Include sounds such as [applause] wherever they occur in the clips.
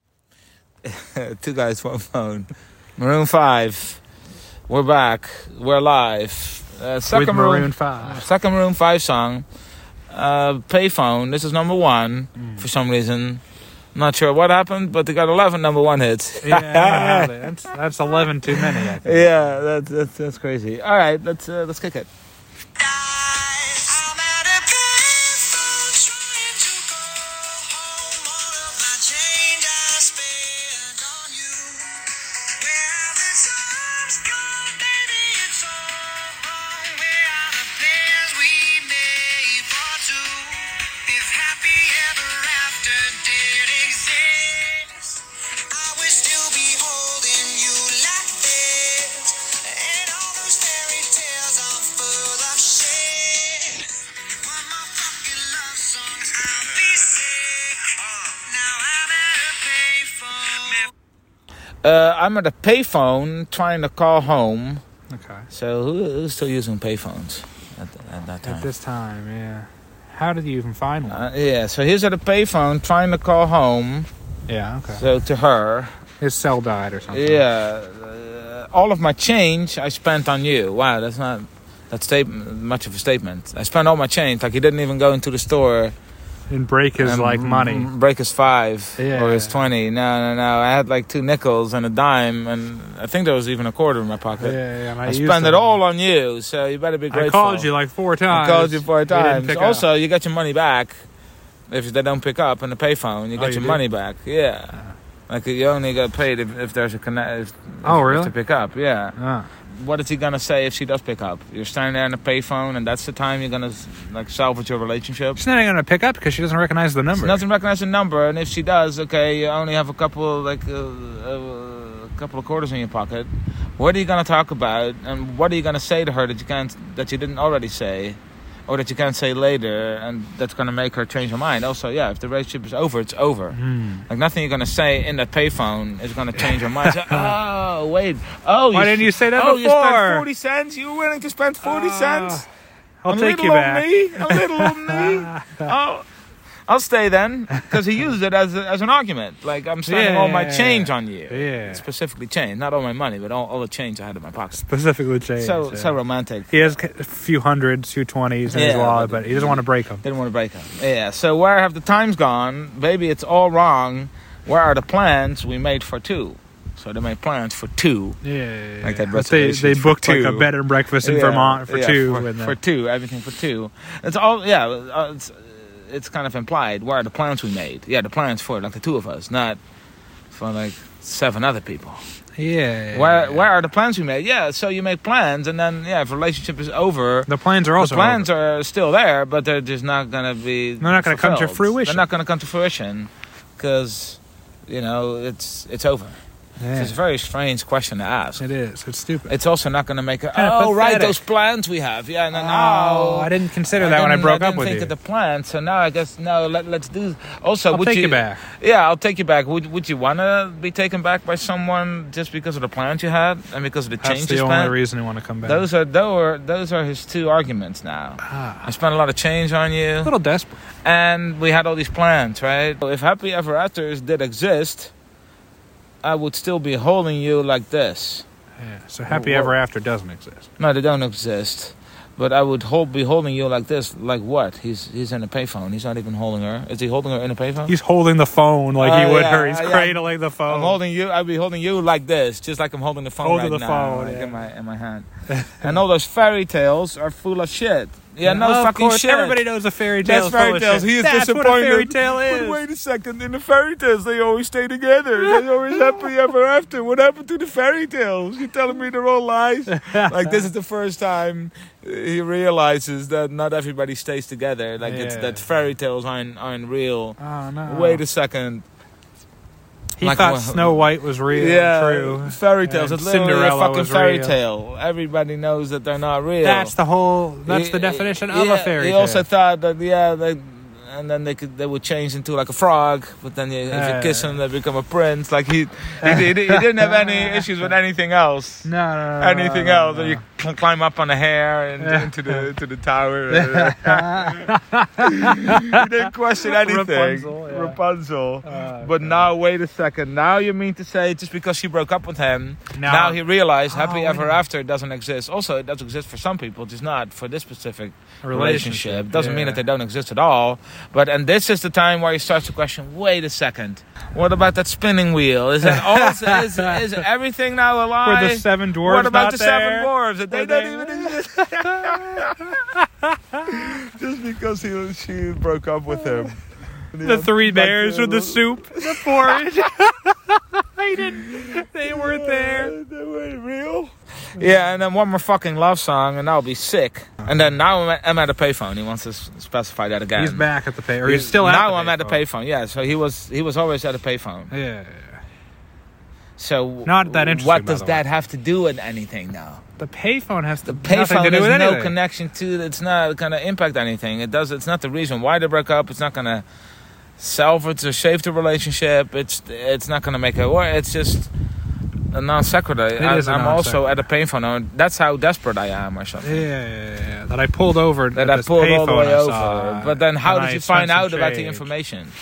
[laughs] Two guys, one phone. Maroon Five. We're back. We're live. Uh, with second Maroon Maroon. [laughs] Five. Second Maroon Five song. Uh, Payphone. This is number one Mm. for some reason. Not sure what happened, but they got 11 number one [laughs] hits. yeah, [laughs] that's, that's eleven too many. I think. Yeah, that's that's, that's crazy. All right, let's uh, let's kick it. I'm at a payphone trying to go home. All of my change I spent on you. Where have the times gone, baby? It's so wrong. Where are the plans we made for two? If happy ever after did exist, I would still be holding you like this. And all those fairy tales are full of shit. One more fucking love song, I'll be sick. Now I'm at a payphone. Uh, I'm at a payphone trying to call home. Okay. So who, who's still using payphones at, th- at that At time? this time, yeah. How did you even find one? Uh, yeah. So he's at a payphone trying to call home. yeah. Okay. So to her, His cell died or something. yeah. Uh, all of my change I spent on you. Wow, that's not that statement much of a statement. I spent all my change. Like he didn't even go into the store And break his and mm-hmm. like m- money. m- Break his five Yeah. or his twenty. No, no, no. I had like two nickels and a dime, and I think there was even a quarter in my yeah, pocket. yeah. And I, I used spent it them. all on you, so you better be I grateful. called you like four I times. called you four You didn't times. pick up. Also, you got your money back if they don't pick up on the payphone. You Oh, get you your Ah. do? money back. Yeah. Like you only get paid if, if there's a connect. If, if- Oh, if really? To pick up, yeah. Ah, What is he gonna say if she does pick up? You're standing there on the payphone, and that's the time you're gonna like salvage your relationship. she's not even gonna pick up because she doesn't recognize the She number. doesn't recognize the number, and if she does, okay, you only have a couple like uh, uh, a couple of quarters in your pocket. What are you gonna talk about, and what are you gonna say to her that you can't that you didn't already say, or that you can't say later, and that's gonna make her change her mind? Also, yeah, if the relationship is over, it's over. Hmm. Like nothing you're gonna say in that payphone is gonna change her [laughs] mind. So, oh wait, oh Why didn't you say that oh, you spent before? forty cents. You were willing to spend forty Ah. cents. I'll a take little you on back. me, a little on [laughs] me. Oh, I'll stay then because he used it as a, as an argument. Like I'm spending all my Yeah. change on you, Yeah. specifically change, not all my money, but all, all the change I had in my pocket. Specifically, change. So yeah. so romantic. he has a few hundreds, few twenties in his Yeah, wallet, but- but he doesn't want to break them. Didn't want to break up. Yeah. So where have the times gone, baby? It's all wrong. Where are the plans we made for two? So they made plans for two. Yeah, Like that they reservations they for booked like a two. bed and breakfast in Yeah, Vermont for yeah, two. for, and then- for two everything for two it's all yeah uh, it's it's kind of implied where are the plans we made yeah the plans for like the two of us not for like seven other people yeah, where where are the plans we made yeah so you make plans and then yeah if relationship is over the plans are also the plans over. are still there but they're just not gonna be They're not gonna come to fulfilled. fruition. they're not gonna come to fruition because you know it's it's over Yeah, it's a very strange question to ask it is. It's stupid. it's also not going to make it. Kinda oh, right, pathetic. those plans we have. Yeah, no, no. Oh, I didn't consider that when I didn't- broke I up didn't with think of you. the plan. So now I guess no. Let, let's do. Also, I'll would take you, you back. Yeah, I'll take you back. Would Would you want to be taken back by someone just because of the plans you had and because of the That's changes? the only plan? reason you want to come back. Those are those are those are his two arguments now. ah, I spent a lot of change on a you, little desperate. and we had all these plans, right? So if happy ever afters did exist, I would still be holding you like this. Yeah. So happy Whoa. ever after doesn't exist. No, they don't exist. But I would hold, be holding you like this. Like what? He's he's in a payphone. He's not even holding her. Is he holding her in a payphone? He's holding the phone like Oh, he would yeah, her. He's yeah. cradling the phone. I'm holding you. I'd be holding you like this, just like I'm holding the phone Holding right the now, phone, like yeah. in my in my [laughs] hand. and all those fairy tales are full of shit. Yeah, no of fucking course, shit. Everybody knows a fairy tale. That's fairy tales. He is That's disappointed. what a fairy tale is. But wait a second. In the fairy tales, they always stay together. They're always happy ever after. What happened to the fairy tales? You're telling me they're all lies? like, this is the first time uh, he realizes that not everybody stays together. Like, it's, Yeah. that fairy tales aren't, aren't real. Oh no! Wait a second. he like, thought wha- Snow White was real. yeah, true. fairy tales. And It's literally Cinderella a fucking was fairy real. tale. Everybody knows that they're not real. That's the whole. That's the Yeah, definition yeah, of a fairy He tale. also thought that yeah, they, and then they could they would change into like a frog, but then you, if you Uh. kiss him, they become a [laughs] prince. Like he he, he, he didn't have any issues with anything else. no, no, no, no, Anything no, else? no. You cl- climb up on the hair and Yeah. into the to the [laughs] tower. [laughs] you didn't question anything, Rapunzel, yeah. Rapunzel. Uh, But now, wait a second. Now you mean to say just because she broke up with him, Now- now, he realized happy Oh, ever yeah. after doesn't exist. Also, it does exist for some people, just not for this specific relationship. Doesn't mean yeah. that they don't exist at all. But and this is the time where you start to question. Wait a second. What about that spinning wheel? Is that [laughs] all? is, is everything now a lie? Were the seven dwarves what about not the there? seven dwarves? That they Were they- don't even [laughs] exist. [laughs] just because he she broke up with him. The three bears with the soup, [laughs] the porridge. [laughs] they didn't. They weren't there. They weren't real. Yeah, and then one more fucking love song, and I'll be sick. And then now I'm at, I'm at a payphone. He wants to s- specify that again. He's back at the pay, or he's, still now. at I'm the at a payphone. Yeah, so he was he was always at a payphone. Yeah, yeah, yeah. So Not that interesting, What by does the way. that have to do with anything now? the payphone has The to nothing to payphone do has with no anything. connection to. It's not going to impact anything. It does. It's not the reason why they broke up. It's not going to salvage or save the relationship. It's it's not going to make it work. It's just a non sequitur. I'm is a I'm also non-sequitur. at a payphone. and That's how desperate I am, or something. Yeah, yeah, yeah, yeah. That I pulled over. that at I this pulled all the payphone way I over. saw, but then, how uh, and did I you spent find some out about the change. information?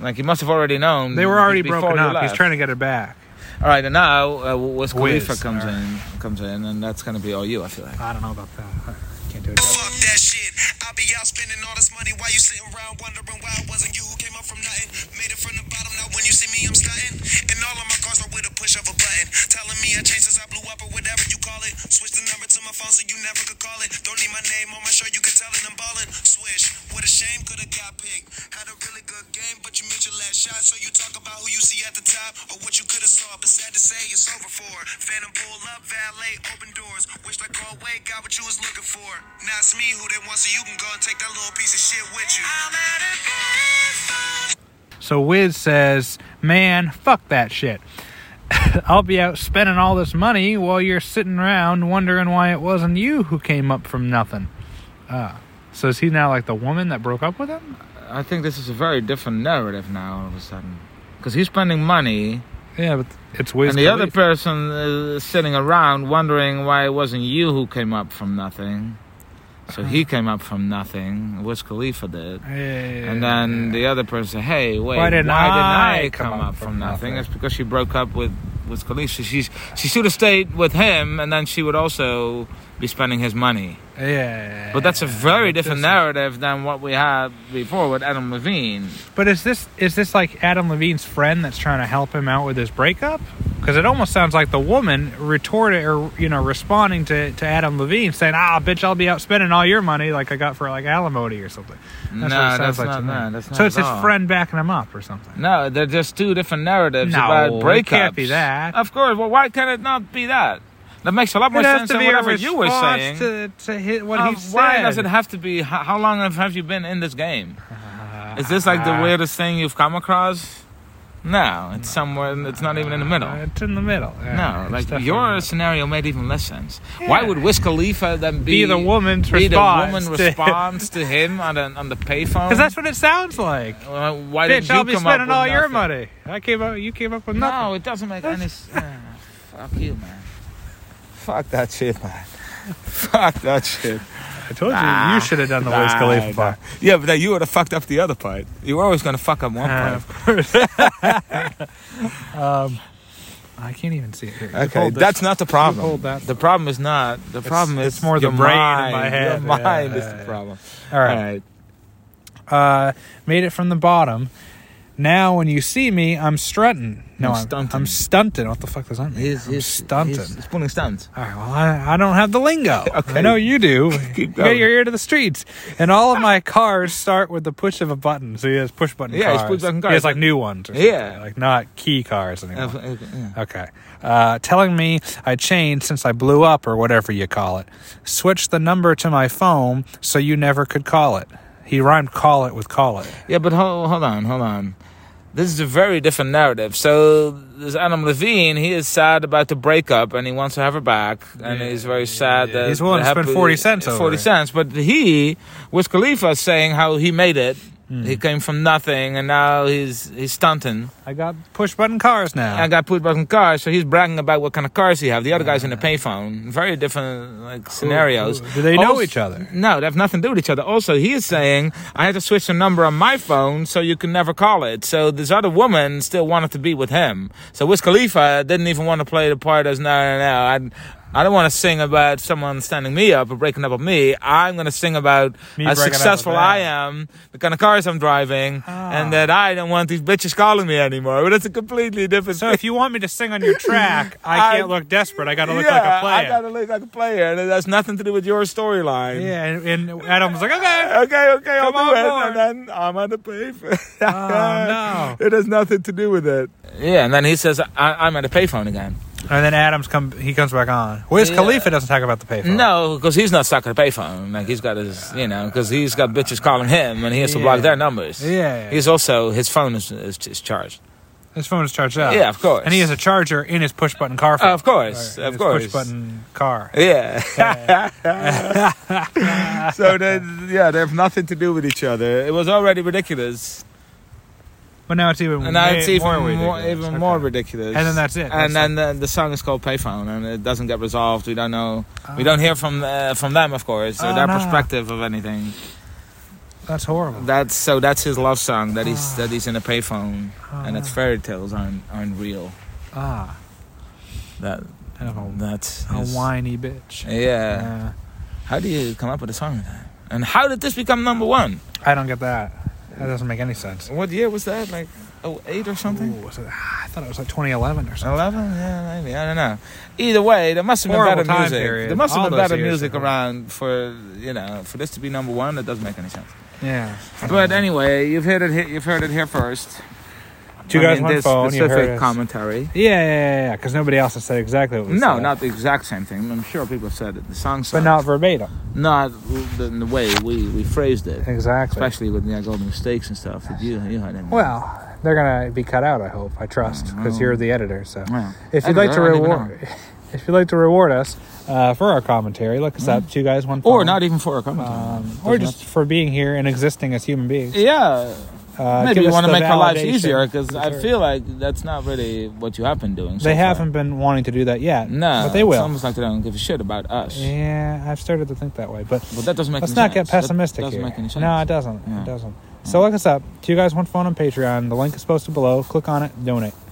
Like you must have already known. They were already before broken you up. He's left. trying to get it back. All right, and now uh, w- Wiz Wiz, Khalifa comes all right. in, comes in, and that's gonna be all you. I feel like. I don't know about that. I can't do it. Fuck that shit. I be out spending all this money while you sitting around wondering why it wasn't you who came up from nothing. Made it from the bottom, now when you see me, I'm stunting. And all of my cars are with a push of a button. Telling me I changed since I blew up or whatever you call it. Switch the number to my phone so you never could call it. Don't need my name on my show, you can tell it I'm ballin'. Swish, what a shame, could've got picked. Had a really good game, but you missed your last shot. So you talk about who you see at the top or what you could've saw. But sad to say, it's over for. Phantom pull up, valet, open doors. Wished I go away, got what you was looking for. Now it's me who they want, so you can go and take that little piece of shit with you. I'm at a payphone. So Wiz says, "Man, fuck that shit. [laughs] I'll be out spending all this money while you're sitting around wondering why it wasn't you who came up from nothing." Ah, so is he now like the woman that broke up with him? I think this is a very different narrative now. All of a sudden, because he's spending money, Yeah, but it's Wiz. and the other Khalifa. person is sitting around wondering why it wasn't you who came up from nothing. So he came up from nothing. Wiz Khalifa did. Yeah, yeah, yeah, And then yeah. the other person, hey, wait, Why why didn't didn't, I I, come come, up up from from nothing? nothing? It's because she broke up with with Khaleesi. She's she should have stayed with him, and then she would also be spending his money. yeah, yeah, But that's a very But different this is- narrative than what we had before with Adam Levine. But is this is this like Adam Levine's friend that's trying to help him out with his breakup? Because it almost sounds like the woman retorted or you know responding to, to Adam Levine saying, "Ah, bitch, I'll be out spending all your money like I got for like alimony or something." No, what it sounds that's like not, to me. no, that's not. so it's at his all. friend backing him up or something. No, they're just two different narratives No, about it breakups. can't be that. Of course. Well, why can it not be that? That makes a lot more It has sense to than be a whatever you were response saying. to, to hit what Uh, he said. why does it have to be? How, how long have, have you been in this game? [laughs] Is this like the Ah. weirdest thing you've come across? No, it's somewhere. It's not even in the middle. Uh, it's in the middle. Yeah, No, it's like definitely in the your middle. scenario made even less sense. Why Yeah. would Wiz Khalifa then be, Be the woman's be the response woman to- [laughs] response to him on the, on the payphone? because that's what it sounds like. Uh, why didn't Bitch, you I'll be come spending up with all your nothing? money. I came up. You came up with nothing. No, it doesn't make any. [laughs] s- Uh, fuck you, man. Fuck that shit, man. Fuck that [laughs] shit. I told you Nah. you should have done the Wiz Nah, Khalifa nah. part. Yeah, but then you would have fucked up the other part. You were always gonna fuck up one Uh, part. of course. Uh, [laughs] um, I can't even see it here. You Okay, hold this. that's not the problem. hold that. The problem is not. The problem it's is more the your brain in mind. my head. Your mind Yeah, is yeah. the problem. all right. Uh, made it from the bottom. Now, when you see me, I'm strutting. No, I'm I'm stunting. stunting. I'm stunting. What the fuck does that mean? He's, I'm he's stunting. He's pulling stunts. All right. Well, I, I don't have the lingo. [laughs] I Okay. know you do. [laughs] Keep You got going. your ear to the streets, and all of my cars start with the push of a button. So he has push button. Yeah, cars. he's push-button He has cars. like new ones. Or Yeah. something, like not key cars anymore. Uh, okay, yeah. Okay. Uh, telling me I changed since I blew up or whatever you call it. Switch the number to my phone so you never could call it. He rhymed call it with call it. Yeah, but hold, hold on, hold on. This is a very different narrative. So this Adam Levine, he is sad about the breakup and he wants to have her back, and Yeah, he's very sad yeah. that He's willing to happy- spend 40 cents over Forty it. cents, but he, Wiz Khalifa, is saying how he made it He Hmm. came from nothing, and now he's he's stunting. I got push button cars now. I got put by some cars, so he's bragging about what kind of cars he have. The other guy's in a payphone. Very different like scenarios. cool. Do they Also- know each other? No, they have nothing to do with each other. Also, he is saying I had to switch the number on my phone so you can never call it. So this other woman still wanted to be with him. So Wiz Khalifa didn't even want to play the part as no, no, no. I, I don't want to sing about someone standing me up or breaking up with me. I'm going to sing about Me how breaking up with successful them. Ah. I am, the kind of cars I'm driving, and that I don't want these bitches calling me anymore. But it's a completely different [laughs] so if you want me to sing on your track, I, I- can't look desperate. I got to look yeah, like a I player. gotta look like a player, and it has nothing to do with your storyline. Yeah, and, and Adam's like, okay. Okay, okay, I'll Come on do it, board. and then I'm on the payphone. Oh, [laughs] It has nothing to do with it. Yeah, and then he says, I- "I'm at a payphone again." And then Adams come. He comes back on. Wiz Yeah. Khalifa doesn't talk about the payphone. No, because he's not stuck at a payphone. Like he's got his, you know, because he's got bitches calling him, and he has to block Yeah. their numbers. Yeah. He's also his phone is is, is charged. his phone is charged up. Yeah, of course. And he has a charger in his push button car. Phone. of course, Or in of his course. Push button car. Yeah. [laughs] so they, yeah, they have nothing to do with each other. It was already ridiculous, But now it's even and now it's way- even more, ridiculous. even Okay. more ridiculous. And then that's it. and That's then the, the song is called Payphone, and it doesn't get resolved. We don't know. Oh. We don't hear from uh, from them, of course, or Oh, their no. perspective of anything. it. that's horrible. That's so. That's his love song. That he's Ah. that he's in a payphone, Oh, and its no. fairy tales aren't aren't real. ah, That kind of a, that's a his- whiny bitch. Yeah. Yeah. How do you come up with a song like that? And how did this become number one? I don't get that. That doesn't make any sense. What year was that? Like oh eight or something? Ooh, was it- ah, I thought it was like 2011 or something. 11? Yeah, maybe. I don't know. Either way, there must have been Horrible better time music. period. There must have All been those better years music ago. around for, you know, for this to be number one. That doesn't make any sense. Yeah. But anyway, you've heard it here, you've heard it here first. Two I guys, mean, one this phone, you specific heard us. commentary. Yeah, yeah, yeah, yeah. Because nobody else has said exactly what we No, said. not the exact same thing. I'm sure people have said it. The song But sucks. not verbatim. Not the, in the way we, we phrased it. Exactly. Especially with the golden mistakes and stuff that you, you had in there. Well, they're gonna be cut out. I hope. I trust Oh. because you're the editor. So, Well, if editor, you'd like to I don't even reward, [laughs] if you'd like to reward us uh, for our commentary, look us up. Two guys, one Mm. Or phone. not even for a commentary. um, or Doesn't just for being here and existing as human beings. Yeah. Uh, Maybe give you us want to the make our lives validation easier because we I deserve. feel like that's not really what you have been doing. So they far. haven't been wanting to do that yet. No, but they It's will. almost like they don't give a shit about us. Yeah, I've started to think that way, but But that doesn't make. let's any not sense. get pessimistic That doesn't here. make any sense. No, it doesn't. Yeah. It doesn't. So look us up. Two guys, one phone on Patreon. The link is posted below. Click on it. Donate.